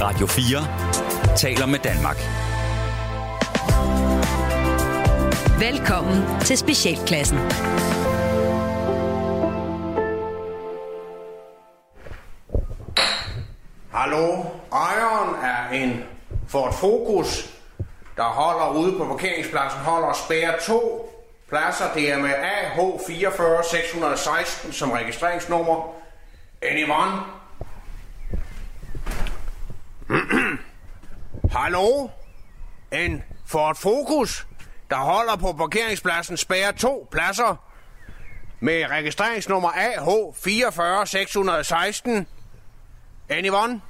Radio 4 taler med Danmark. Velkommen til Specialklassen. Hallo, ejeren er en Ford Focus, der holder ude på parkeringspladsen, holder og spærer to pladser. Det er med AH44616 som registreringsnummer. Anyone? Hallo? En Ford Focus, der holder på parkeringspladsen, spærer to pladser med registreringsnummer AH44616. Anyone?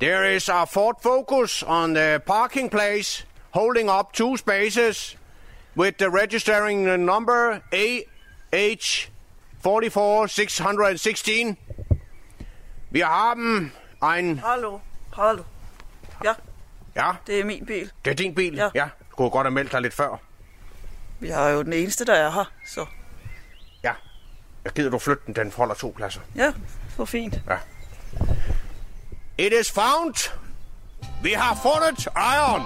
There is a Ford Focus on the parking place holding up two spaces with the registering number AH44616. Wir haben ein... Hallo, hallo. Ja, Ja, det er min bil. det er din bil. Ja. ja. Du kunne godt have meldt dig lidt før. Vi har jo den eneste, der er her, så Ja. Jeg gider du flytte den, den holder to pladser. ja, så fint. Ja. It is found. Vi har fundet iron.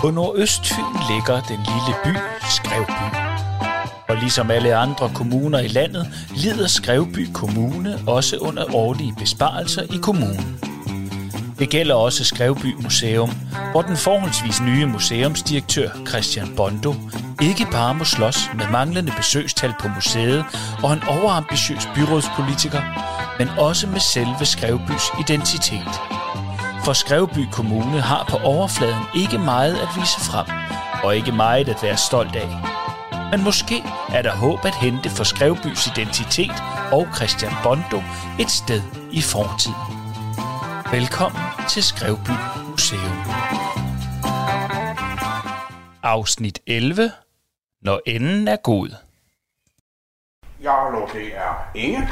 På Nordøstfyn ligger den lille by Skrevby. Og ligesom alle andre kommuner i landet, lider Skrevby Kommune også under årlige besparelser i kommunen. Det gælder også Skrevby Museum, hvor den forholdsvis nye museumsdirektør Christian Bondo ikke bare må slås med manglende besøgstal på museet og en overambitiøs byrådspolitiker, men også med selve Skrevbys identitet. For Skrevby Kommune har på overfladen ikke meget at vise frem, og ikke meget at være stolt af. Men måske er der håb at hente for Skrevbys identitet og Christian Bondo et sted i fortiden. Velkommen til Skrevby Museum. Afsnit 11. Når enden er god. Ja, hallo, det er Inge.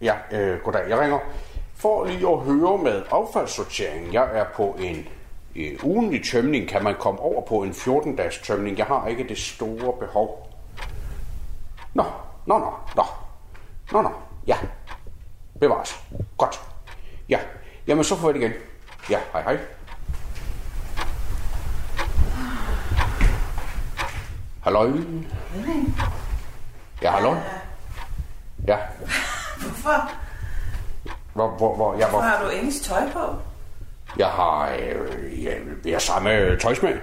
Ja, øh, goddag, jeg ringer. For lige at høre med affaldssorteringen. Jeg er på en øh, ugenlig tømning. Kan man komme over på en 14-dages tømning? Jeg har ikke det store behov. Nå, nå, nå, nå. Nå, nå, ja. Bevares. Godt. Ja, jamen så får jeg det igen. Ja, hej hej. Halløj. Ja, hallo. Ja. Hvorfor, Hvor, hvor, hvor, ja, hvor, hvorfor har du engelsk tøj på? jeg har, øh, jeg, jeg er samme øh, tøjsmag.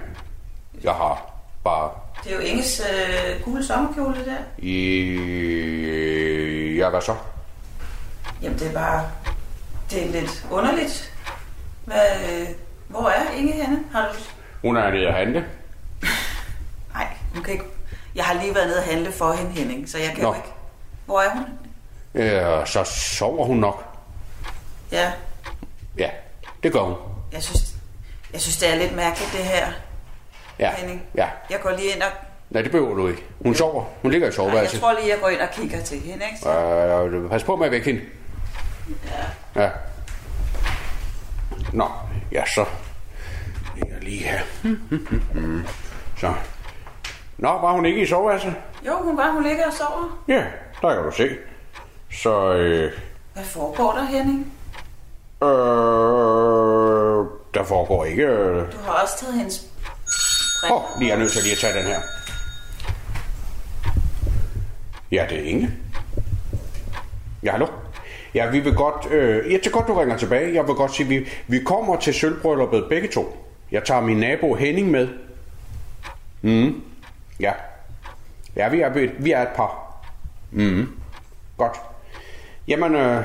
Jeg har bare, Det er jo Inges øh, gule sommerkjole der. øh, ja, hvad så? Jamen, det er bare... Det er lidt underligt. Hvad, øh, hvor er Inge henne? Har du... Hun er nede at handle. Nej, hun kan ikke... Jeg har lige været nede og handle for hende, Henning, så jeg kan Nå. jo ikke... Hvor er hun? Øh, så sover hun nok. Ja, Ja, det gør hun. jeg synes, jeg synes, det er lidt mærkeligt, det her, Ja, Henning. ja. Jeg går lige ind og... Nej, det behøver du ikke. Hun sover. Hun ligger i Ej, jeg soveværelset. tror lige, jeg går ind og kigger til hende, ikke? Så... Øh, pas på med at vække hende. Ja. Ja. Nå, ja så. Det er lige her. Mm. Så. Nå, var hun ikke i soveværelset? Jo, hun var, hun ligger og sover. Ja, der kan du se. Så, øh, Hvad foregår der, Henning? øh, der foregår ikke... øh. Du har også taget hendes Åh, briller. øh. oh, lige er nødt til lige at tage den her. Ja, det er Inge. Ja, hallo? Ja, vi vil godt... Øh, ja, det er godt, du ringer tilbage. Jeg vil godt sige, vi, vi kommer til sølvbrylluppet begge to. Jeg tager min nabo Henning med. Mm. Ja. Ja, vi er, vi er et par. Mm. Godt. Jamen, øh,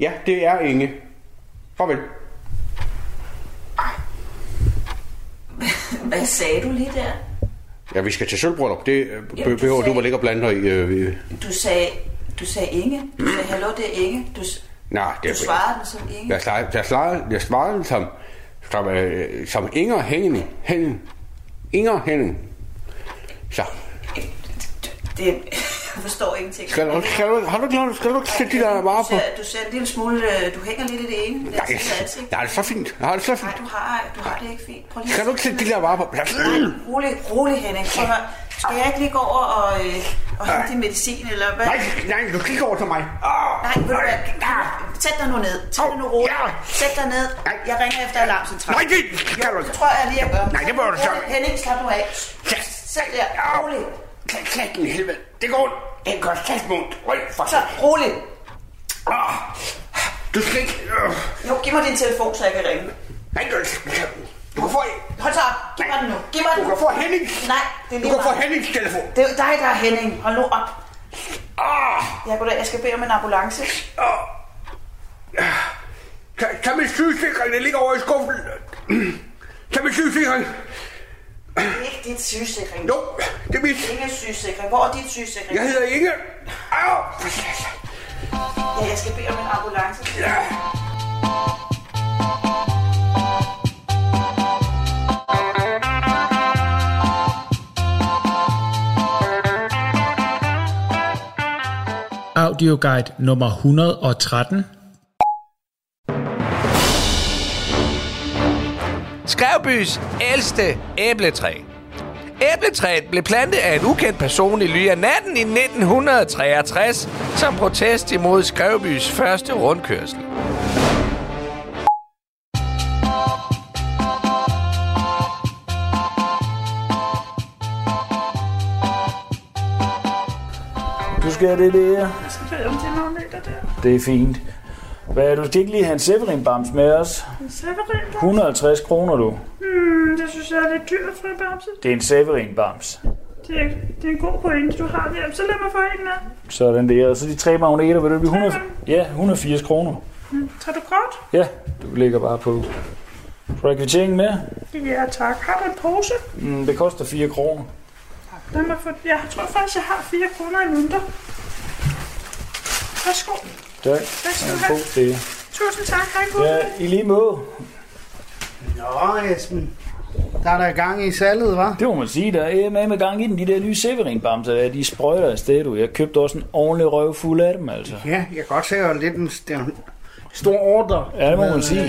ja, det er Inge. Farvel. Hvad sagde du lige der? Ja, vi skal til sølvbryllup. Det øh, Ja, be- du behøver du sagde- vel ikke at blande dig i. Øh, øh. Du sagde, du sagde Inge. Du sagde, hallo, det er Inge. Du, s- Nej, det du svarede den som Inge. Jeg svarede, jeg svarede, jeg svarede som, som, øh, som Inger Henning. Henning. Inger Henning. Så. Det, jeg forstår ingenting. Skal du, skal du, har du ikke lov- skal du ikke sætte de der varer du, på? ser, du ser en lille smule... øh, Du hænger lidt i det ene. Det er Nej, sådan ansigt. nej, det er så fint. Nej, det er Nej, så fint. du har, du har det ikke fint. Prøv lige Skal du ikke sætte de der varer på? Lad os- Rolig, rolig, Henning. Prøv at høre. Skal jeg ikke lige gå over og, øh, og hente medicin, eller hvad? Nej, nej, du kigger over til mig. Ah, Nej, ved du hvad? Sæt dig nu ned. Tag dig nu roligt. Au, ja. Sæt dig ned. Nej. Jeg ringer efter alarmcentralen. Nej, det skal du Det ikke. tror jeg lige, jeg gør. Nej, det bør du så. Rolig, Henning, slap nu af. Sæt der. Au. Rolig. Klat, klat, den helvede. Det går ondt. Det gør klat ondt. Øj, for Så, rolig. Ah, du skal ikke... øh, Jo, giv mig din telefon, så jeg kan ringe. Nej, du Du kan få... Hold så op. Giv mig den nu. Giv mig den. Du kan få Henning. Nej, det er Du lige kan få meget. Hennings telefon. Det er jo dig, der er Henning. Hold nu op. Ah, Jeg, goddag. jeg skal bede om en ambulance. ah. Tag, tag min sygesikring, den ligger over i skuffen. Tag min sygesikring. Det er ikke dit sygesikring. Jo, det er mit. Ingen sygesikring. Hvor er dit sygesikring? Jeg hedder Inge. Au. ja, jeg skal bede om en ambulance. Ja. Audioguide nummer 113. Skrærbys ældste æbletræ. Æbletræet blev plantet af en ukendt person i ly af natten i 1963 som protest imod Skrærbys første rundkørsel. Du skal have det der. Jeg skal have det der. Det er fint. Hvad, du skal ikke lige have en Severin-bams med os? Severin, 150 kroner, du. hmm, det synes jeg er lidt dyrt for en bamse. Det er en Severin-bams. Det er, det er en god pointe, du har der. Så lad mig få en af. Sådan der. Og så de tre magneter, vil det blive 100... Tre Ja, 180 kroner. Hmm, Tager du kort? Ja, du lægger bare på. Får jeg kvitteringen med? Ja, tak. Har du en pose? Mm, det koster 4 kroner. Lad mig få... Jeg tror faktisk, jeg har 4 kroner i mønter. Værsgo. Tak. Hvad skal Ja, du have? god det. Tusind tak. Hej, god dag. Ja, i lige måde. Nå, Esben. Der er der gang i salget, var? Det må man sige, der er med med gang i den. De der nye Severin-bamser, der, de sprøjter afsted, du. Jeg købte også en ordentlig røv fuld af dem, altså. Ja, jeg kan godt se, at det er lidt en, det er en stor ordre. Ja, det må Men, man sige. øh,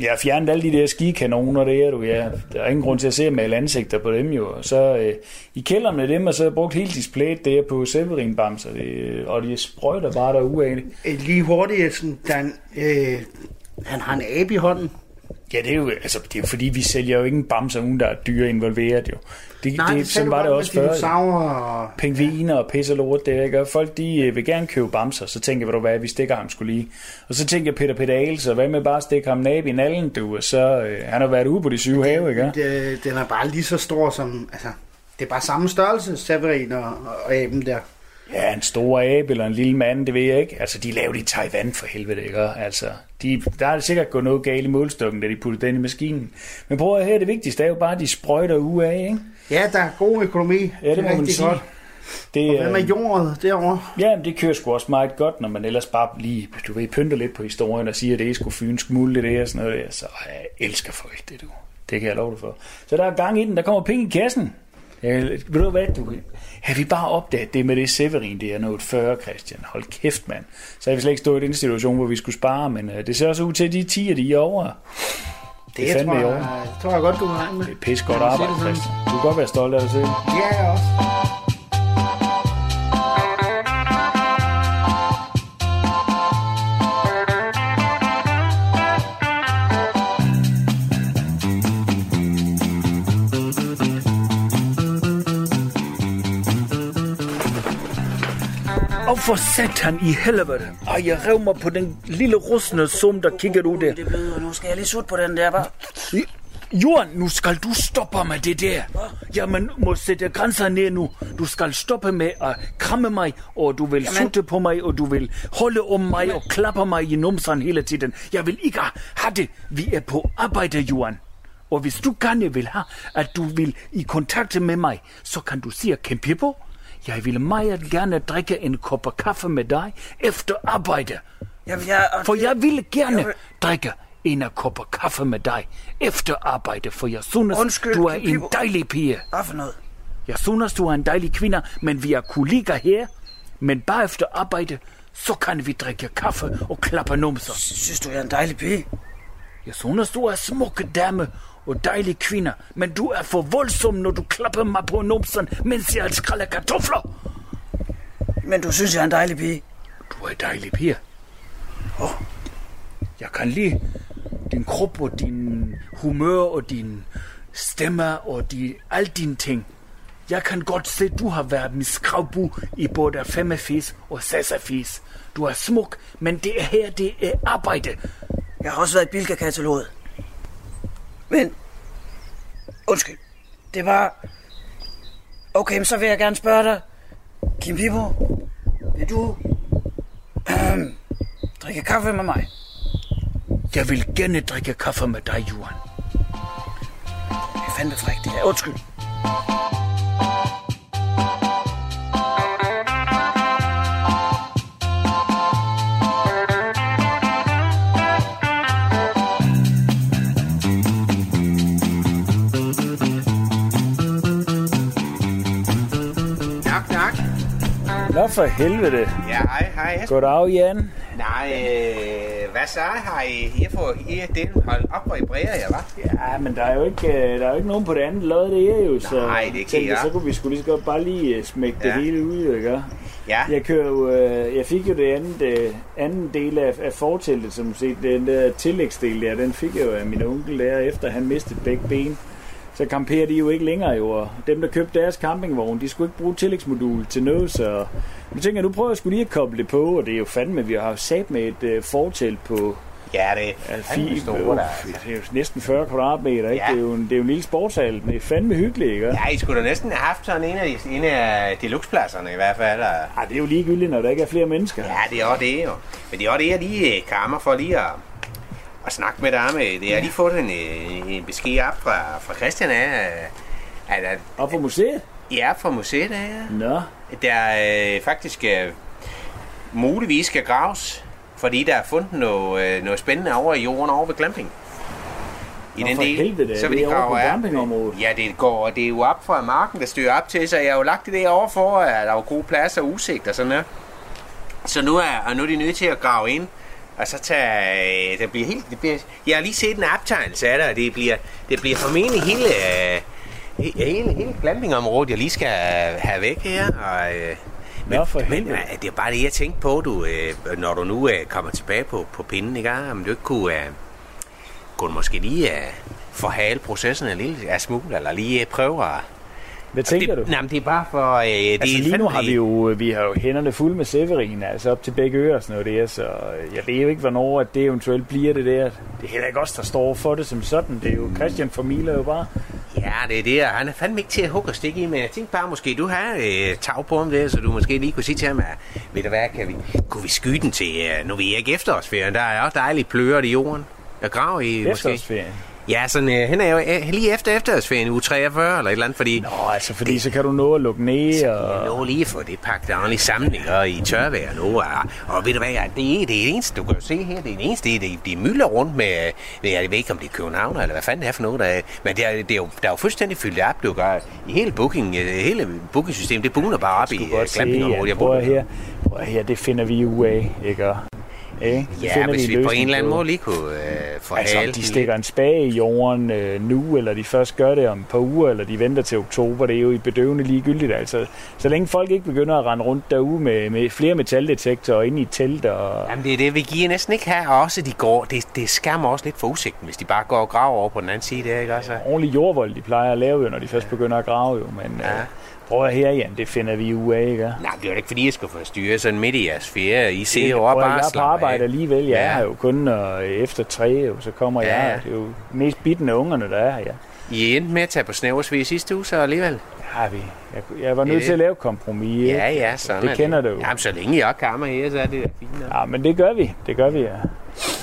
Jeg har fjernet alle de der skikanoner, det er du, ja. Der er ingen grund til at se at male ansigter på dem jo. Og Så øh, i kælderen med dem, og så har jeg brugt hele displayet der på Severin Bamser, det, øh, og de sprøjter bare derude af det. øh, lige hurtigt, Esben. Der er en, øh, han har en abe i hånden. Ja, det er jo, altså, det er jo fordi, vi sælger jo ikke en bamser, uden der er dyr involveret jo. Det, Nej, det, det sådan sagde du godt var det med også før. jo. dinosaurer og... pingviner og pisse og lort, det ikke? Og folk, de øh, vil gerne købe bamser, så tænker jeg, ved du hvad, vi stikker ham skulle lige. Og så tænker jeg, Peter Peter Aels, og hvad med bare at stikke ham nab i nallen, du? Og så, øh, han har været ude på de syge have, ikke? Det, den er bare lige så stor som... Altså, det er bare samme størrelse, Severin og, og aben der. Ja, en stor abe eller en lille mand, det ved jeg ikke. Altså, de lavede i Taiwan for helvede, ikke? Altså, de, der er sikkert gået noget galt i målstokken, da de puttede den i maskinen. Men prøv at høre, det vigtigste er jo bare, at de sprøjter uge af, ikke? Ja, der er god økonomi. Ja, det, er det må man rigtig sige. godt. Det, Og hvad med øh, jordet derovre? Ja, men det kører sgu også meget godt, når man ellers bare lige, du ved, pynter lidt på historien og siger, at det er sgu fynsk mulde, det er og sådan noget der. Så jeg elsker folk det, du. Det kan jeg love dig for. Så der er gang i den, der kommer penge i kassen. Jeg, ved du hvad, du Har vi bare opdaget det med det Severin, det er noget 40, Christian. Hold kæft, mand. Så har vi slet ikke stået i den situation, hvor vi skulle spare, men øh, det ser også ud til, at de 10 de er over. Det er fandme tror i jeg, orden. det tror jeg godt, du har med. Det er pis godt Kan man sige arbejde, det sådan? Christian. Du kan godt være stolt af dig selv. Ja, jeg er også. Og for satan i helvede. Ej, jeg rev mig på den lille russende sum, der kigger ud der. Det bløder. Nu skal jeg lige sutte på den der, bare. Johan, nu skal du stoppe med det der. Ja, man må sætte grænser ned nu. Du skal stoppe med at kramme mig, og du vil sutte på mig, og du vil holde om mig og klappe mig i numseren hele tiden. Jeg vil ikke have det. Vi er på arbejde, Johan. Og hvis du gerne vil have, at du vil i kontakt med mig, så kan du sige, Ken Pippo, jeg vil meget gerne drikke en kop kaffe med dig efter arbejde. Jamen, jeg... og For det- jeg ville gerne Jeg vil- drikke en af kopper kaffe med dig efter arbejde, for jeg synes, Undskyld, du er Kim en Pibo. dejlig pige. Hvad for noget? Jeg synes, du er en dejlig kvinde, men vi er kollegaer her. Men bare efter arbejde, så kan vi drikke kaffe og klappe numser. Synes du, jeg er en dejlig pige? Jeg synes, du er en smuk dame, og dejlige kvinder, men du er for voldsom, når du klapper mig på numsen, mens jeg skræller kartofler. Men du synes, jeg er en dejlig pige. Du er en dejlig pige. Åh, jeg kan lide din krop og din humør og din stemme og din, alle dine ting. Jeg kan godt se, du har været Miss Kravbu i både 85 og 86. Du er smuk, men det her, det er arbejde. Jeg har også været i Bilka-kataloget. Men, undskyld, det var... Okay, men så vil jeg gerne spørge dig, Kim Pibo, vil du øhm, drikke kaffe med mig? Jeg vil gerne drikke kaffe med dig, Johan. Det er fandme frækt, det her. Undskyld. Nak, nak. Nå for helvede. Ja, hej, hej. Goddag, Jan. Nej, øh, hvad så? Har I, I fået I er den holdt op og i bræder, ja, hva'? Ja, men der er jo ikke, øh, der er jo ikke nogen på det andet lod, det er jo, så Nej, det kan tænkte, jeg. så kunne vi skulle lige så godt bare lige øh, smække ja. Ja. det hele ud, ikke? Ja, Jeg, kører jo, øh, jeg fik jo det andet, øh, anden del af, af forteltet, som du set, den der tillægsdel der, den fik jeg jo af min onkel der, efter han mistede begge ben. Så kamperer de jo ikke længere jo, og dem der købte deres campingvogn, de skulle ikke bruge tillægsmodul til noget, så nu tænker jeg, nu prøver jeg skulle lige at koble det på, og det er jo fandme, vi har jo sat med et øh, fortelt på ja det Ja, er fint. fandme Store, store, der. altså. det er jo næsten 40 kvadratmeter, ikke? Ja. Ja. Det, er jo en, det er jo en lille sportshal. Det er fandme hyggeligt, ikke? Ja. Ja, I skulle da næsten have haft sådan en af, de, en af deluxepladserne i hvert fald. Og, Ej, det er jo ligegyldigt, når der ikke er flere mennesker. ja, det er også det jo. Men det er også det, jeg lige øh, kammer for lige at, at snakke med dig med. Det er lige fået en, øh, en besked op fra, fra Christian af, øh, at, at Og for museet? I er fra museet af jer. Nå, der øh, faktisk øh, muligvis skal graves, fordi der er fundet noget, øh, noget spændende over i jorden over ved Glamping. I Nå, for helvede, det er over på af- glampingområdet. Ja, det går, og det er jo op fra marken, der styrer op til, så jeg har jo lagt det der overfor, at der er jo gode pladser og udsigt og sådan noget. Så nu er, og nu er de nødt til at grave ind, og så tage, øh, det bliver helt, det bliver, jeg har lige set en optegnelse af det, og det bliver, det bliver formentlig hele, øh, he- hele, hele glampingområdet, jeg lige skal øh, have væk her, og, øh, men, Nå, for men helvede. øh, det er bare det, jeg tænkte på, du, øh, når du nu øh, kommer tilbage på, på pinden, ikke? Ah, Om du ikke kunne, øh, kunne måske lige øh, forhale processen en lille en smule, eller lige øh, prøve at... hvad tænker det, du? Nej, men det er bare for... Øh, det Altså er lige nu fandme- har vi jo, øh, vi har jo hænderne fulde med Severin, altså op til begge ører og sådan noget der, så øh, jeg ved jo ikke, hvornår at det eventuelt bliver det der. Det er heller ikke os, der står for det som sådan. Det er jo Christian Formila jo bare. Ja, det er det, og han er fandme ikke til at hugge og stikke i, men jeg tænkte bare, måske du har øh, tag på om det, så du måske lige kunne sige til ham, at, ved du hvad, kan vi, kunne vi skyde den til, øh, nu er vi ikke efterårsferien, der er også dejligt pløret i jorden. Jeg graver i, måske. Efterårsferien. Ja, sådan, øh, hen er jo øh, lige efter efterårsferien, uge 43 eller et eller andet, fordi... Nå. Nå, altså fordi så kan du nå at lukke ned og... Jeg nå lige for det pakket ordentligt sammen, ikke? og i tørvejr nu. Og, og ved du hvad, ja, det er det eneste, du kan jo se her, det er det eneste, det er, de mylder rundt med, med, jeg ved ikke om det er København, eller hvad fanden det er for noget, der, er- men det er, det er jo, der er jo fuldstændig fyldt op, du gør, i hele booking, øh, hele bookingsystemet, det buner bare op i Du kan godt se, glampingområdet. ja, Jeg prøv bor at her. Prøv at her, det finder vi ud af, ikke? Ikke? Det Ja, finder hvis en vi på løsning en eller anden på. måde lige kunne øh, forhale Altså, om den de lidt. stikker en spage i jorden øh, nu, eller de først gør det om et par uger, eller de venter til oktober, det er jo i bedøvende ligegyldigt. Altså, så længe folk ikke begynder at rende rundt derude med, med flere metaldetektorer inde i telt, og Jamen det er det, vi giver næsten ikke her, og også de går, det, det skærmer også lidt for udsigten, hvis de bare går og graver over på den anden side der, ikke også? ordentlig jordvold, de plejer at lave, jo, når de først begynder at grave. Jo. Men øh, Ja. prøv at her, Jan, det finder vi ud af, ikke? Nej, det er jo ikke, fordi jeg skal forstyrre sådan midt i jeres ferie. I ser jo Prøv op at, bare jeg er på slappe af. arbejde alligevel, jeg Ja. er her jo kun og efter tre, jo, så kommer Ja, jeg. ja. Det er jo mest bittende ungerne, der er her, ja. I endte med at tage på snævers ved i sidste uge, så alligevel. Har vi. Jeg, jeg var Det nødt er til det. at lave kompromis. ikke? Ja, ja, sådan Det er kender du jo. Jamen, så længe I også kommer her, så er det da fint nok. Ja, men det gør vi. Det gør vi, ja.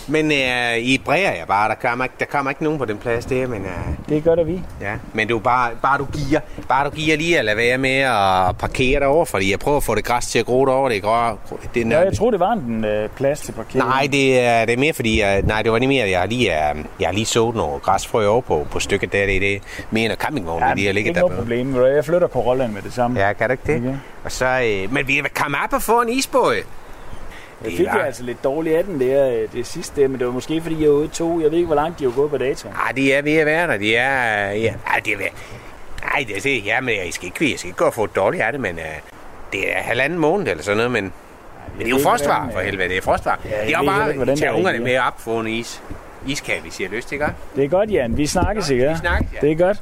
Men øh, I bræger jeg bare. Der kommer, ikke, der kommer ikke nogen på den plads der, men... Øh, Det gør der vi. ja. Men du, bare, bare du giver, bare du giver lige at lade være med at parkere derovre, fordi jeg prøver at få det græs til at gro derovre. Det er grå, det er Nå, jeg tror, det var en øh, plads til parkering. Nej, det er, det er mere fordi, jeg, nej, det var ikke mere, jeg har lige, øh, jeg har lige sået nogle græsfrø over på, på stykket der, det er det, mere end campingvognen, ja, de det har er ikke ligget noget der. problem. Ved du hvad, Jeg flytter Corollaen med det samme. Ja, kan du ikke det? Okay. Og så, øh, men vi kan komme op og få en isbåd. Jeg Det fik er jo langt. altså lidt dårligt af den der øh, det sidste, men det var måske fordi jeg var ude to. Jeg ved ikke, hvor langt de var gået på datoen. Nej, de Ah, er ved at være der. De er... øh, Ja, ej, det er ved... Ej, det er det. Ja, men jeg skal ikke, jeg skal ikke gå og få et dårligt af det, men øh, det er halvanden måned eller sådan noget, men... Det er jo ved ikke, frostvar, hvordan, for øh, helvede. Det er frostvar. jeg Ja, det ved er jo heller ikke, bare hvordan at tage det er, ungerne ja. med op på en is. Iskab, hvis I har lyst, ikke? Det er godt, Jan. Vi snakkes, ikke? Vi snakkes, ja. Det er godt.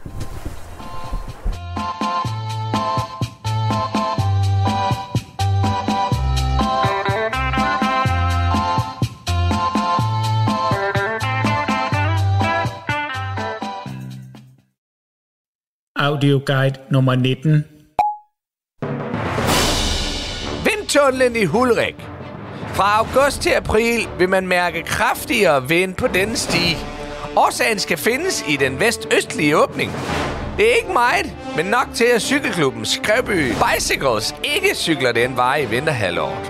Audioguide nummer 19. Vindtunnelen i Hulrik. Fra august til april vil man mærke kraftigere vind på denne stige. Årsagen skal findes i den vestøstlige åbning. Det er ikke meget, men nok til at cykelklubben Skrevby Bicycles ikke cykler den vej i vinterhalvåret.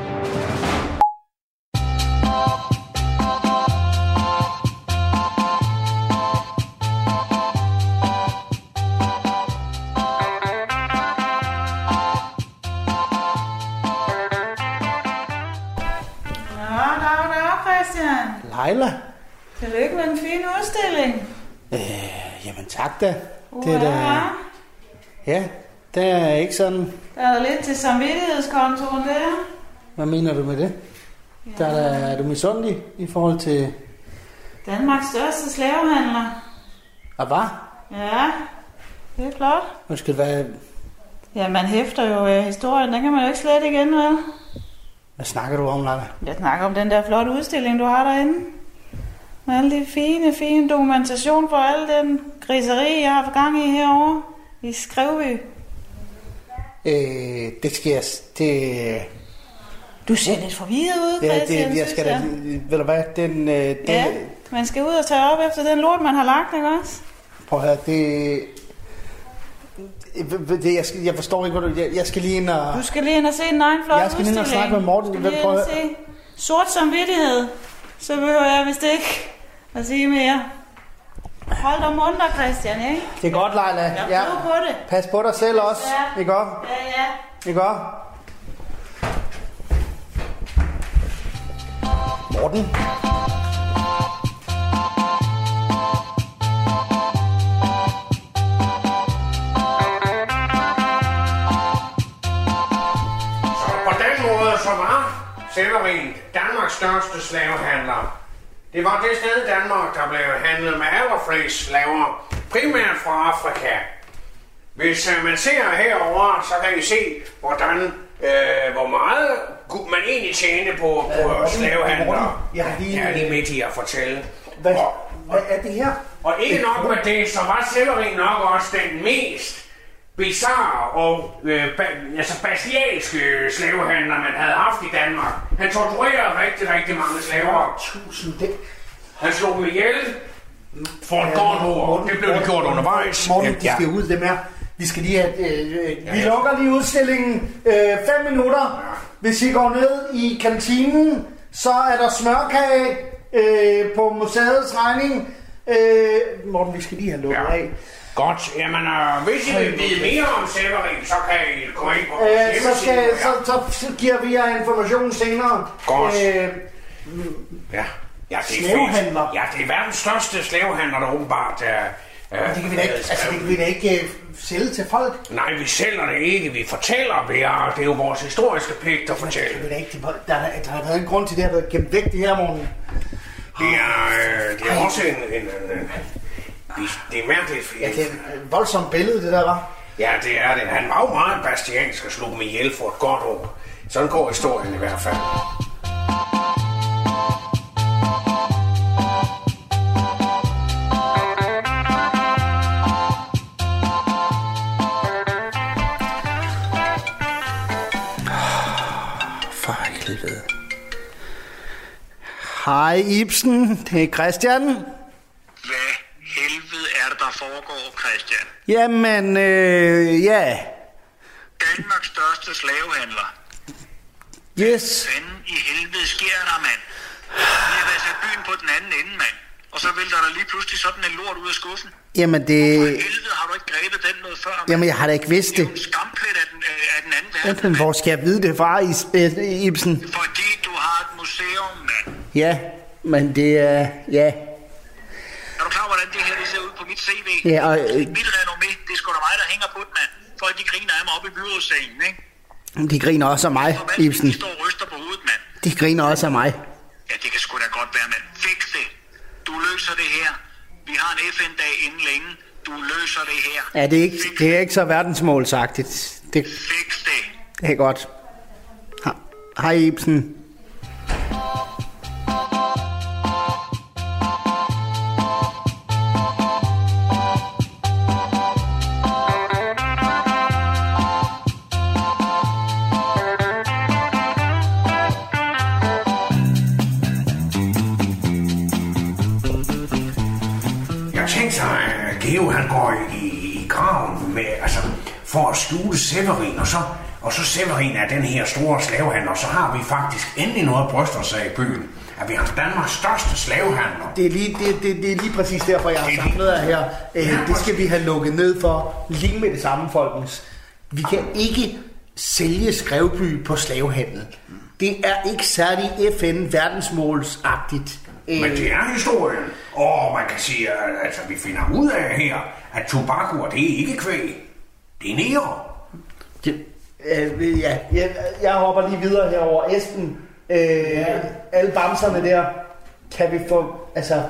Nå, nå, nå, Christian. Leila? Tillykke med en fin udstilling. Øh, jamen tak da. Det er da... Hurra. Ja, det er ikke sådan... Der er da lidt til samvittighedskontoen der. Hvad mener du med det? Der er, da- er du misundelig i forhold til... Danmarks største slavehandler. Ah, hvad? Ja, det er flot. Undskyld, hvad, Ja, man hæfter jo øh, historien. Den kan man jo ikke slet igen, vel? hvad snakker du om, Leila? Jeg snakker om den der flotte udstilling, du har derinde. Med alle de fine, fine dokumentation for alle den griseri, jeg har haft gang i herovre i Skrevby. Øh, det skal jeg... s- Det, Du ser lidt forvirret ud, Ja, Christian, det, jeg synes skal da, jeg. ved du hvad, den, øh, den, Ja, ja. man skal ud og tage op efter den lort, man har lagt, ikke også? prøv at høre, det, det, det jeg, skal, jeg forstår ikke, hvad du, jeg, jeg skal lige ind og, Du skal lige ind og se den egen flotte Ah. Jeg skal lige ind og udstilling. snakke med Morten. Du skal Hvem lige ind og prøver- se sort samvittighed. Så behøver jeg vist ikke at sige mere. Hold dig munter, Christian, ikke? det er godt, Leila, ja, Ja. på det. pas på dig selv også, Ja. ikke også, Ja, ja. ikke også? Morten, Så på den måde så var Severin Danmarks største slavehandler. Det var det sted i Danmark, der blev handlet med allerflest slaver, primært fra Afrika. Hvis øh, man ser herover, så kan I se, hvordan, øh, hvor meget kunne man egentlig tjene på, på Morten, Morten, slavehandler. jeg har lige- Jeg er lige midt i at fortælle. hvad, Og- hvad er det her? og ikke nok med det, så var Severin nok også den mest bizarre og øh, ba- altså basialske slavehandler, man havde haft i Danmark. Han torturerede rigtig, rigtig mange slaver. Tusind, det, Han slog dem ihjel for en gårdhår. Det blev det gjort undervejs. Morten, de Ja. skal ud, dem her. Vi skal lige have... Øh, øh, vi lukker lige udstillingen 5 øh, fem minutter. Hvis I går ned i kantinen, så er der smørkage øh, på museets regning. Øh, Morten, vi skal lige have lukket Ja. ja. af. Godt. Jamen, øh, hvis I vil vide mere om Severin, så kan I gå ind på vores Øh, så, skal, hjemmeside. så, så giver vi jer information senere. Godt. Øh, Ja. Ja, det er Slavehandler. fedt. Ja, det er verdens største slavehandler, der åbenbart er... Øh, det kan vi da ikke, altså, det kan vi da ikke øh, sælge til folk. Nej, vi sælger det ikke. Vi fortæller vi er. Det er jo vores historiske pligt at Det kan vi fortælle. da ikke til folk. Der, er- der har været en grund til, det har været gemt væk det her, Morten. Det er, øh, det er også en... en, en, en det, det er mærkeligt. fordi- Ja, det er et voldsomt billede, det der var. Ja, det er det. Han var jo meget bastiansk og slog mig ihjel for et godt år. Sådan går historien i hvert fald. For helvede. Hej Ibsen, det er Christian. Hvad helvede er det, der foregår, Christian? Jamen, øh, ja. Danmarks største slavehandler. Yes. Fanden i helvede sker der, mand? Vi har været sat byen på den anden ende, mand. Og så vælter der lige pludselig sådan en lort ud af skuffen. Jamen, For det... helvede har du ikke grebet den noget før, mand. Jamen, jeg har da ikke vidst Det er det. jo en skamplet af den, øh, af den anden verden. Jamen, hvor skal jeg vide det fra, Is- øh, Ibsen? Fordi du har et museum, mand. Ja, men det er... Ja, Er du klar, over, hvordan det her det ser ud på mit CV? Ja, og, øh, Mit renommé, det er sgu da mig, der hænger på det, mand. Folk, de griner af mig oppe i byrådssagen, ikke? de griner også af mig, Ibsen. De står og ryster på hovedet, mand. De griner også af mig. Ja, det kan sgu da godt være, mand. Fix det. Du løser det her. Vi har en FN-dag inden længe. Du løser det her. Ja, det er ikke, det er ikke så verdensmålsagtigt. Det, det er godt. Ha- Hej Ibsen. Jeg tænkte så, at Geo han går i, i graven med, altså, for at skjule Severin, og så, og så Severin er den her store slavehandler, så har vi faktisk endelig noget at bryste os af i byen. At vi har Danmarks største slavehandler. Det er lige, det, det, det er lige præcis derfor, jeg har samlet jer her. Øh, det skal vi have lukket ned for lige med det samme, folkens. Vi kan ikke sælge Skrevby på slavehandel. Det er ikke særlig FN verdensmålsagtigt. Øh, Men det er historien. Og man kan sige, at altså, vi finder ud af her, at tobakker, det er ikke kvæg. Det er nære. Det, øh, ja, jeg, jeg hopper lige videre herover. Esben, øh, ja. alle bamserne der, kan vi få, altså,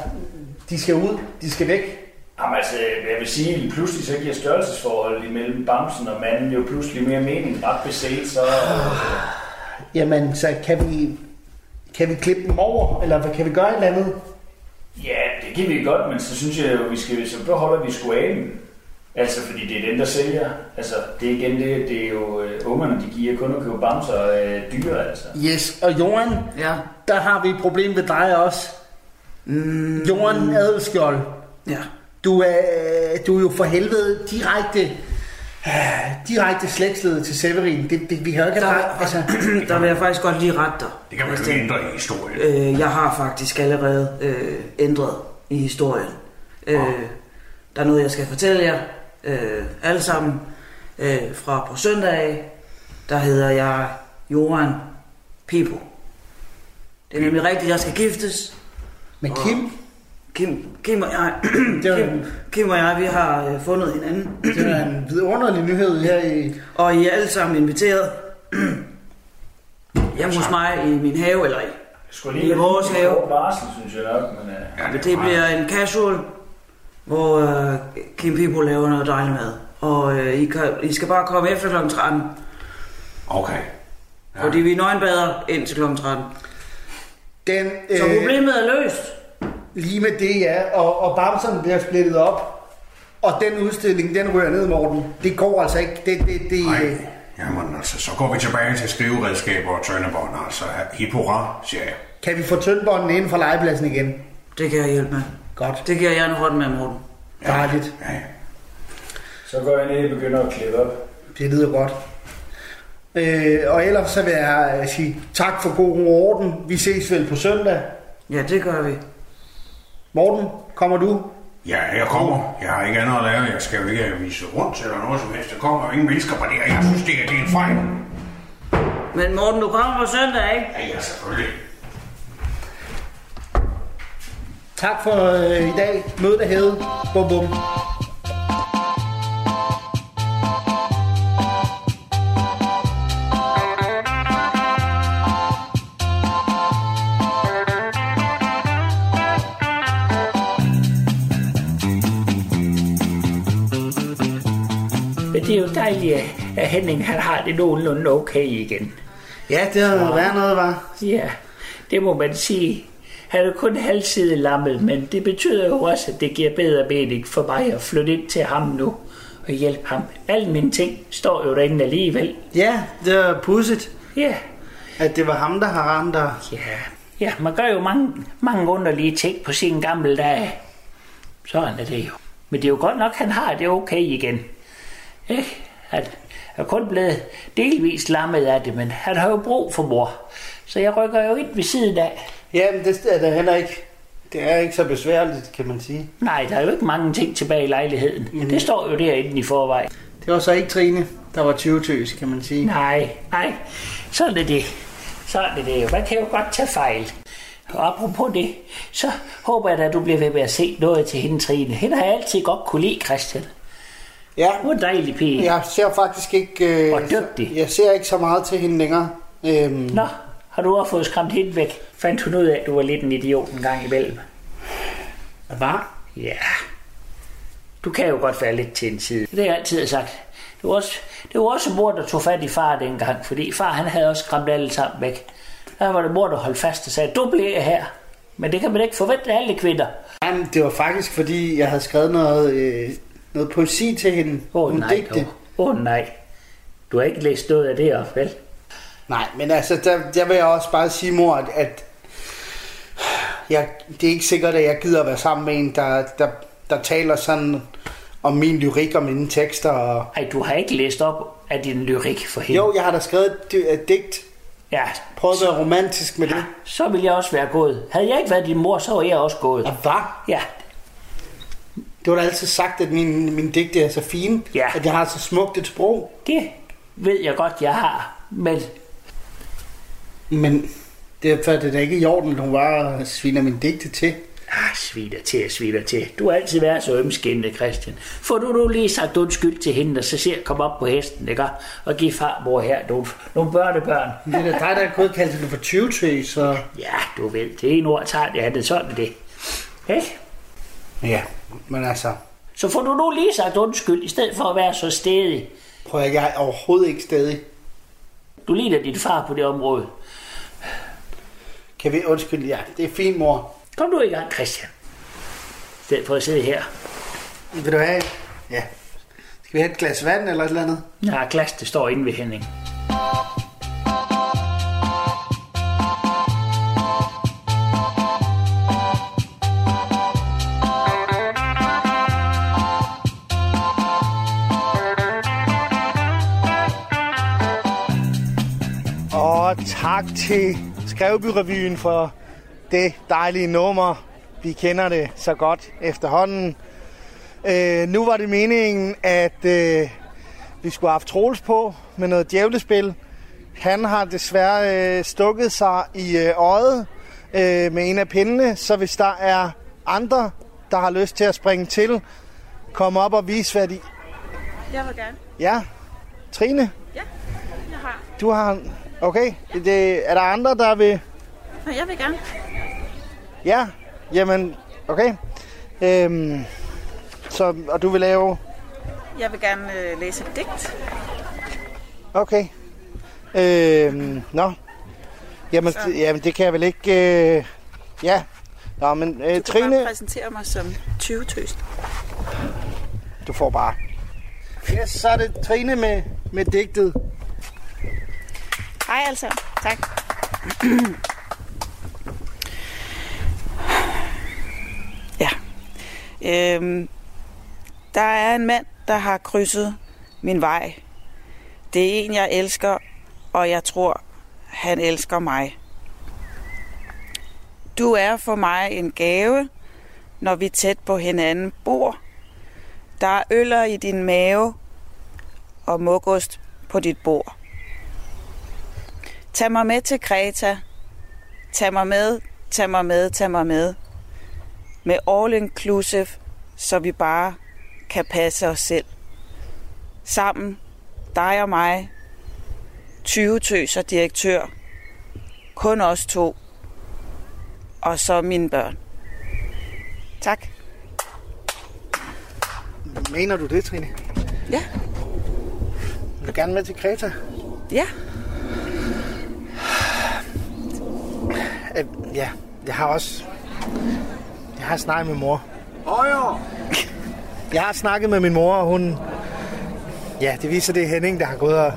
de skal ud, de skal væk. Jamen altså, jeg vil sige, at pludselig så giver størrelsesforholdet imellem bamsen og manden jo pludselig mere mening. Ret beset, så... øh, Jamen, så kan vi, kan vi klippe dem over, eller hvad, kan vi gøre et eller andet? Ja, det kan vi godt, men så synes jeg jo, vi skal, så beholder vi sgu af dem. Altså, fordi det er den, der sælger. Altså, det er igen det, det er jo øh, ungerne, de giver kun at købe bamser og øh, dyre, altså. Yes, og Johan, ja. der har vi et problem ved dig også. Mm. Johan Adelskjold. Ja. Du er, øh, du er jo for helvede direkte, øh, direkte slægtsled til Severin. Det, det, vi har jo ikke... Der, altså, der vil jeg faktisk godt lige rette dig. Det kan man jo ikke ændre i historien. Øh, jeg har faktisk allerede øh, ændret i historien. Øh, der er noget, jeg skal fortælle jer øh, alle sammen. Øh, fra på søndag af, der hedder jeg Joran Pipo. Det er nemlig rigtigt, jeg skal giftes. Men Kim? Kim, Kim, og jeg, Kim, Kim og jeg, vi har øh, fundet hinanden. Det er en vidunderlig nyhed her i... Og I er alle sammen inviteret hjemme hos mig i min have, eller i Skulle I vores have. kort Varsel, synes jeg nok, men... Øh, Ja, det, det bliver en casual, hvor øh, Kim Pipo laver noget dejligt mad. Og øh, I, kan, I skal bare komme efter kl. 13. Okay. Ja. Fordi vi er nøgenbader indtil kl. 13. Den, Så øh, problemet er løst. Lige med det, ja. Og, og Bamserne bliver splittet op. Og den udstilling, den rører ned, Morten. Det går altså ikke. Det, det, det, øh, Nej. Jamen altså, så går vi tilbage til skriveredskaber og tøndebånd, altså hippora, siger jeg. Kan vi få tyndbåndene ind fra legepladsen igen? Det kan jeg hjælpe med. Godt. Det giver jeg en hånd med, Morten. Dejligt. Ja, ja. Så går jeg ned og begynder at klippe op. Det lyder godt. Øh, og ellers så vil jeg øh, sige tak for god ro og orden. Vi ses vel på søndag. Ja, det gør vi. Morten, kommer du? Ja, jeg kommer. Jeg har ikke andet at lave. Jeg skal jo ikke vise rundt eller noget som helst. Der kommer jo ingen mennesker på det, og jeg synes, det er, det er en fejl. Men Morten, du kommer på søndag, ikke? Ja, ja, selvfølgelig. Tak for øh, i dag. Mødet er hævet. Bum bum. Men det er jo dejligt, at- at Henning han har det nogenlunde okay igen. Ja, det har jo været noget, var. Ja, det må man sige. Han er kun halvside lammet, men det betyder jo også, at det giver bedre mening for mig at flytte ind til ham nu og hjælpe ham. Alle mine ting står jo derinde alligevel. Ja, det er pudset. Ja. At det var ham, der har ramt dig. Ja. Ja, man gør jo mange, mange underlige ting på sin gamle dag. Sådan er det jo. Men det er jo godt nok, han har det okay igen. Ikke? Han er kun blevet delvist lammet af det, men han har jo brug for mor. Så jeg rykker jo ind ved siden af. Ja, men det er der heller ikke. Det er ikke så besværligt, kan man sige. Nej, der er jo ikke mange ting tilbage i lejligheden. Mm. Det står jo derinde i forvejen. Det var så ikke Trine, der var 20 tøs, kan man sige. Nej, nej. Sådan er det. Sådan er det jo. Man kan jo godt tage fejl. Og apropos det, så håber jeg da, at du bliver ved med at se noget til hende, Trine. Hende har jeg altid godt kunne lide, Christian. Ja. Hun er en dejlig pige. Jeg ser faktisk ikke... Øh, og dygtig. Jeg ser ikke så meget til hende længere. Øhm, Nå, har du også fået skræmt hende væk? Fandt hun ud af, at du var lidt en idiot en gang imellem? Hvad? Ja. Du kan jo godt være lidt til en side. Det har jeg altid sagt. Det var også, det var også mor, der tog fat i far dengang, fordi far han havde også skræmt alle sammen væk. Der var det mor, der holdt fast og sagde, du bliver her. Men det kan man ikke forvente af alle kvinder. Jamen, det var faktisk, fordi jeg havde skrevet noget, øh, noget poesi til hende. Åh oh, nej, dog. Åh oh, nej. Du har ikke læst noget af det op, vel? Nej, men altså, der, der vil jeg også bare sige, mor, at, at jeg, det er ikke sikkert, at jeg gider at være sammen med en, der, der, der taler sådan om min lyrik og mine tekster. Og... Ej, du har ikke læst op af din lyrik for hende. Jo, jeg har da skrevet et dy- et digt. Ja. Prøv at være romantisk med det. Så ville jeg også være gået. Havde jeg ikke været din mor, så var jeg også gået. Og hvad? Ja. Det var da altid sagt, at min, min digte er så fine. Ja. At jeg har så smukt et sprog. Det ved jeg godt, jeg har. Men Men det er, for det er da ikke i orden, at hun bare sviner min digte til. Ah, sviner til, sviner til. Du har altid været så ømskindende, Christian. Får du nu lige sagt undskyld til hende, og så ser kom op på hesten, ikke? Og giv farmor her nogle, nogle børnebørn. Men Det er da dig, der kunne kalde det for 20 til, så... Ja, du ved, det ene ord tager det andet, sådan er det. Ikke? Ja, men altså... Så får du nu lige sagt undskyld, i stedet for at være så stedig. Prøv at jeg er overhovedet ikke stedig. Du ligner din far på det område. Kan vi undskylde? Ja, det er fint, mor. Kom nu i gang, Christian. I stedet for at sidde her. Vil du have? Ja. Skal vi have et glas vand eller et eller andet? Ja, glas, det står inde ved Henning. Og tak til Skrevbyrevyen for det dejlige nummer. Vi kender det så godt efterhånden. Øh, nu var det meningen, at øh, vi skulle have haft Troels på med noget djævlespil. Han har desværre øh, stukket sig i øh, øjet øh, med en af pindene, så hvis der er andre, der har lyst til at springe til, kom op og vis, hvad de... Jeg vil gerne. Ja, Trine, Ja, jeg har. du har... en- Okay, det, er der andre, der vil... Nå, jeg vil gerne. Ja, jamen, okay. Øhm, så, og du vil lave... Jeg vil gerne øh, læse et digt. Okay. Øhm, nå. Jamen, Så. d- jamen, det kan jeg vel ikke... Øh, ja. Nå, men øh, Du kan bare Trine, præsentere mig som 20 tøs. du får bare. Ja, så er det Trine med, med digtet. Hej altså. Tak. ja. Øhm, der er en mand, der har krydset min vej. Det er en, jeg elsker, og jeg tror, han elsker mig. Du er for mig en gave, når vi tæt på hinanden bor. Der er øller i din mave og mokost på dit bord. Tag mig med til Kreta. Tag mig med, tag mig med, tag mig med. Med all inclusive, så vi bare kan passe os selv. Sammen, dig og mig. 20 tøser direktør. Kun os to. Og så mine børn. Tak. Mener du det, Trine? Ja. Vil du gerne med til Kreta? Ja. Øh, ja, jeg har også... Jeg har snakket med mor. Højre! Jeg har snakket med min mor, og hun... Ja, det viser, det er Henning, der har gået og,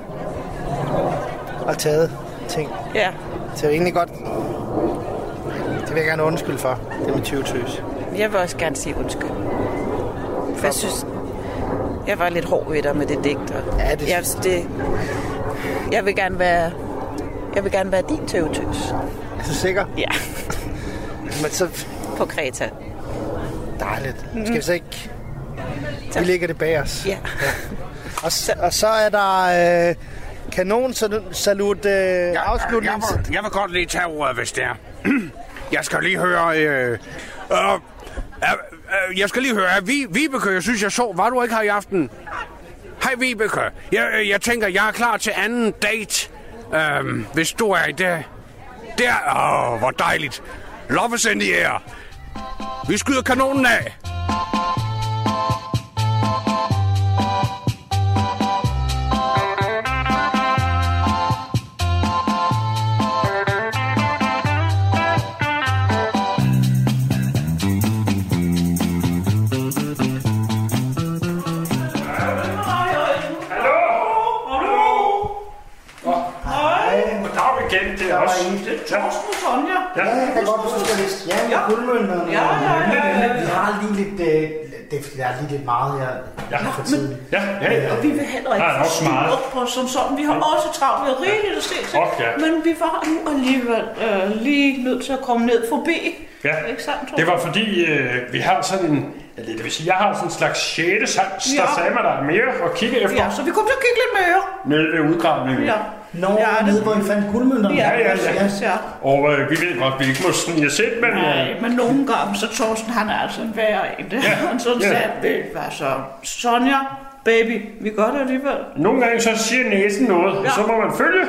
og taget ting. Ja. Så jeg vil egentlig godt... Det vil jeg gerne undskylde for. Det er min 20 tøs. Jeg vil også gerne sige undskyld. For jeg synes, jeg var lidt hård ved dig med det digt. Og ja, det jeg, det, jeg vil gerne være... Jeg vil gerne være din tøvetøs. Er du sikker? Ja. Men så... På Kreta. Dejligt. Mhm. Skal vi så ikke... Vi lægger det bag os. Ja. Og, s- og så er der... Øh, kanon salut øh, Jeg afslutning. vil, jeg vil godt lige tage ordet, hvis det er. Jeg skal lige høre... Øh, øh, øh, øh, jeg skal lige høre, at Vi, Vibeke, jeg synes, jeg så... Var du ikke her i aften? Hej, Vibeke. Jeg, øh, jeg tænker, jeg er klar til anden date, øh, hvis du er i det. Der... Åh, hvor dejligt. Love is in the air. Vi skyder kanonen af. Goddag igen, det er Der var også... en. Det er Torsten og Sonja. Ja, jeg kan godt huske det. Ja, med guldmøn og... Ja, ja, ja, ja, ja. Vi har lige lidt... Øh, det er fordi, der er lige lidt meget her ja, for Øh, tiden. Ja, ja, ja. Og vi vil heller ikke Der er nok meget. op på som sådan. Vi har også travlt, vi har rigeligt at se til. Fuck ja. Men vi var nu alligevel øh, lige nødt til at komme ned forbi. Ja, Ikke sandt, Torben? det var fordi, øh, vi har sådan en... Eller det vil sige, jeg har sådan en slags sjette sans, Ja. der sagde mig, der er mere at kigge efter. Ja, så vi kom til at kigge lidt mere. Nede ved udgravningen. Ja. Nå, ja, nede hvor I fandt guldmønterne. Ja, ja, ja. ja. Og øh, vi ved godt, vi ikke må snige os ind, men... Nej, Øh, men nogle gange, så Thorsten, han er altså en værre en. Ja. Han sådan ja. ja. sagde, ved du hvad så, Sonja, baby, vi gør det alligevel. nogle gange så siger næsen noget, og Ja. så må man følge.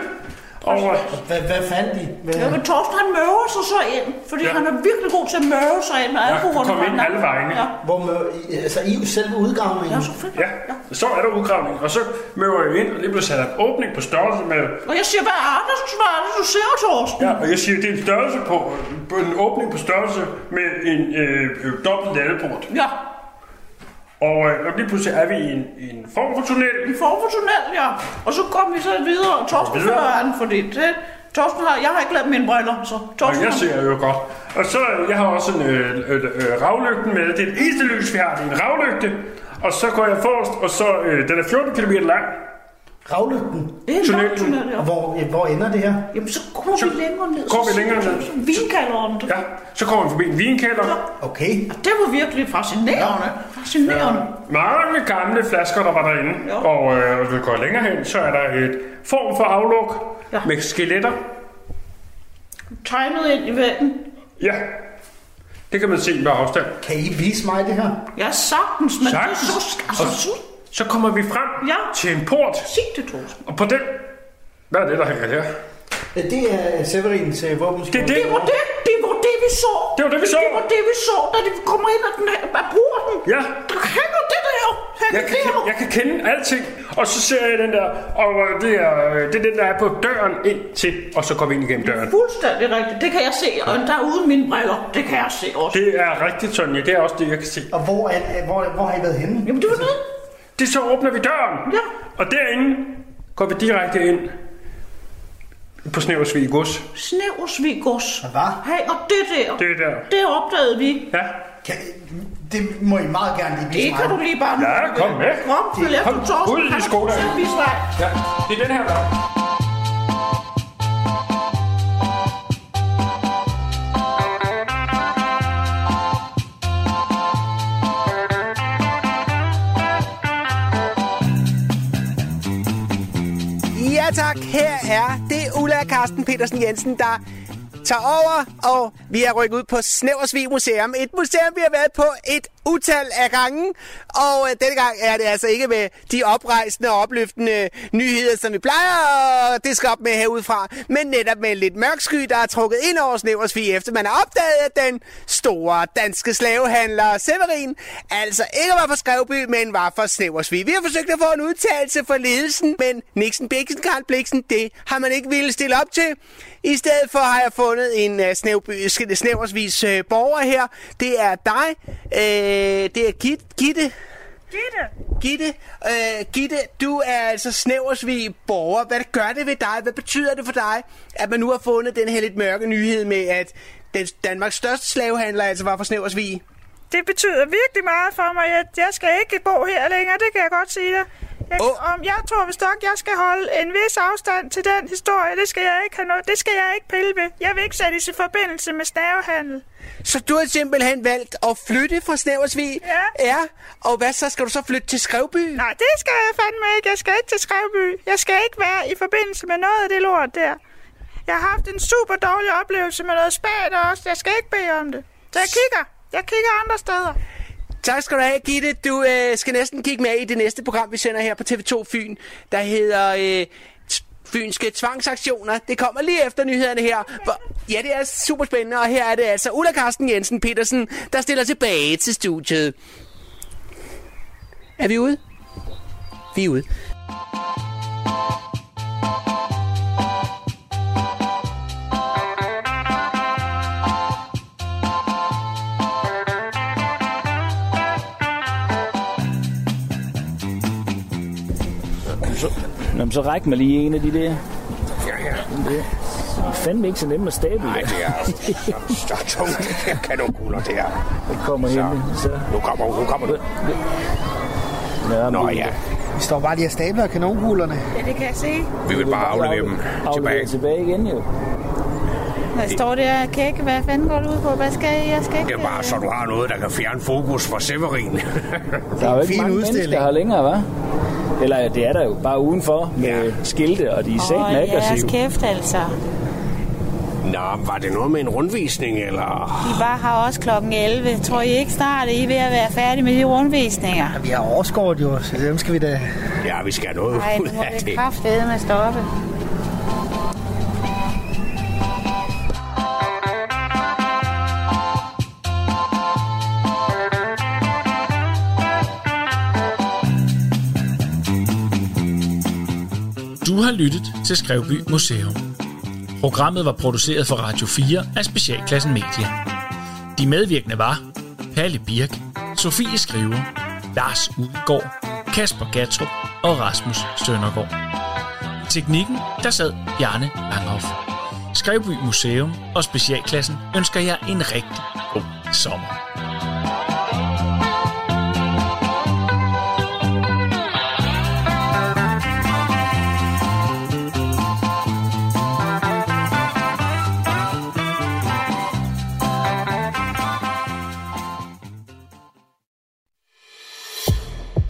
Og, øh, Hvad, hvad fandt I? Hvad? Ja, men Torsten, han møver sig så ind, fordi Ja. ja. han er virkelig god til at møve sig ind med Ja, alkohol. du kom ind alle vejene. Ja. Hvor mø- I- altså, I er jo selve udgravningen. Ja, ja, så er der udgravning, og så møver jeg ind, og lige bliver sat en åbning på størrelse med... Og jeg siger, hvad er det, du svarer det, du ser, Torsten? Ja, og jeg siger, det er en størrelse på... En åbning på størrelse med en øh, øh, dobbelt ladeport. Ja. Og, øh, og lige pludselig er vi i en, i en form for tunnel. En form for tunnel, ja. Og så kom vi så videre, og Torsten Videre. før han, fordi det, Torsten har, jeg har ikke glemt mine briller, så Og Torsten jeg han- ser jo godt. Og så, øh, jeg har også en øh, øh, øh, raglygte med. Det er det eneste lys, vi har. Det er en raglygte. Og så går jeg forrest, og så, øh, den er 14 km lang. Ravlygten? Det er en lang tunnel, ja. Hvor, øh, hvor ender det her? Jamen, så kommer vi længere ned. går vi længere ned. Vinkælderen. Ja. Så kommer vi forbi en vinkælder. Okay. Det var virkelig fascinerende. Fascinerende. Mange gamle flasker, der var derinde. Og øh, og vi går længere hen, så er der et form for afluk med skeletter. Tegnet ind i væggen. Ja, det kan man se med afstand. Kan I vise mig det her? Ja, sagtens, men sagtens. det er så... Altså, Og så kommer vi frem ja. til en port. Sig det, Torsten. Og på den... Hvad er det, der hænger her? Øh, Det er Severins øh, våbenskjold. det var det, det var det, vi så. Det var det, vi så. Det var det, vi så, da de kommer ind af den her, af porten. Ja. Der hænger det der. Hænger Jeg kan, kende, jeg kan kende alting, og så ser jeg den der, og øh, det er, øh, det er den, der er på døren ind til, og så går vi ind igennem døren. Fuldstændig rigtigt. Det kan jeg se. Og der er uden mine briller. Det kan jeg se også. Det er rigtigt, Sonja. Det er også det, jeg kan se. Og hvor, er, øh, hvor, hvor har I været henne? Jamen, det var det. Det så åbner vi døren, ja. og derinde går vi direkte ind på Snæversvig Gods. Snæversvig gods. Hvad? Hey, og det der. Det er der. Det opdagede vi. Ja. Kan, det må I meget gerne lige vise Det kan mig. du lige bare nu. Ja, kom med. Kom, følg efter Kom Torsten. ud i Han er skolen. selv vist vej. Ja, det er den her vej. Ja tak, her er det Ulla Karsten Petersen Jensen, der tager over, og vi er rykket ud på Snæversvig Museum. Et museum, vi har været på et utal af gange, og øh, denne gang er det altså ikke med de oprejsende og opløftende nyheder, som vi plejer at diske op med herudefra, men netop med lidt mørk sky, der er trukket ind over Snæversvig, efter man har opdaget, at den store danske slavehandler Severin altså ikke var fra Skrevby, men var fra Snæversvig. Vi har forsøgt at få en udtalelse fra ledelsen, men Nixon Bixen, Karl Bliksen, det har man ikke ville stille op til. I stedet for har jeg fundet en uh, snævby, sk- snæversvis uh, borger her. Det er dig. Uh, det er Git, Gitte. Gitte. Gitte, øh, Gitte, du er altså snæversvig borger. Hvad gør det ved dig? Hvad betyder det for dig, at man nu har fundet den her lidt mørke nyhed med, at den Danmarks største slavehandler altså var fra snæversvig? Det betyder virkelig meget for mig. Jeg, jeg skal ikke bo her længere, det kan jeg godt sige dig. Oh. Om jeg, Torben Stok, jeg skal holde en vis afstand til den historie. Det skal jeg ikke have noget. Det skal jeg ikke pille ved. Jeg vil ikke sættes i forbindelse med stavehandel. Så du har simpelthen valgt at flytte fra Snæversvig? Ja. ja. Og hvad så? Skal du så flytte til Skrevby? Nej, det skal jeg fandme ikke. Jeg skal ikke til Skrevby. Jeg skal ikke være i forbindelse med noget af det lort der. Jeg har haft en super dårlig oplevelse med noget spat også. Jeg skal ikke bede om det. Så jeg kigger. Jeg kigger andre steder. Tak skal du have, Gitte. Du øh, skal næsten kigge med i det næste program, vi sender her på TV2 Fyn, der hedder øh, t- Fynske Tvangsaktioner. Det kommer lige efter nyhederne her. Hvor, ja, det er super spændende, og her er det altså Ulla Karsten Jensen Petersen, der stiller tilbage til studiet. Er vi ude? Vi er ude. Nå, men så ræk mig lige en af de der. Ja, ja. Det er fandme ikke så nemt at stable. Nej, det er så, så tungt. Det her kanonkuller, det er. Det kommer så. hen. Så. Nu kommer, nu kommer du. Nå, Nå ja, Vi står bare lige og stabler kanonkuglerne. Ja, det kan jeg se. vi vil bare aflevere dem tilbage. tilbage igen, jo. Jeg står der og kan ikke, hvad fanden går du ud på? Hvad skal jeg? Jeg skal ikke... Det er bare, så du har noget, der kan fjerne fokus fra Severin. Der er jo ikke mange mennesker her længere, hva'? Eller ja, det er der jo bare udenfor med skilte, og de er Åh, satan jeres aggressive. kæft altså. Nå, men var det noget med en rundvisning, eller? I var her også klokken 11. Tror I ikke snart, at I er ved at være færdige med de rundvisninger? Vi har overskåret jo, så dem skal vi da... Ja, vi skal have noget Nej, ud nu må af vi det. kraftedeme med stoppe. Du har lyttet til Skrevby Museum. Programmet var produceret for Radio 4 af Specialklassen Media. De medvirkende var Palle Birk, Sofie Skriver, Lars Udgaard, Kasper Gatrup og Rasmus Søndergaard. I teknikken der sad Bjarne Langhoff. Skrevby Museum og Specialklassen ønsker jer en rigtig god sommer.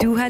Du har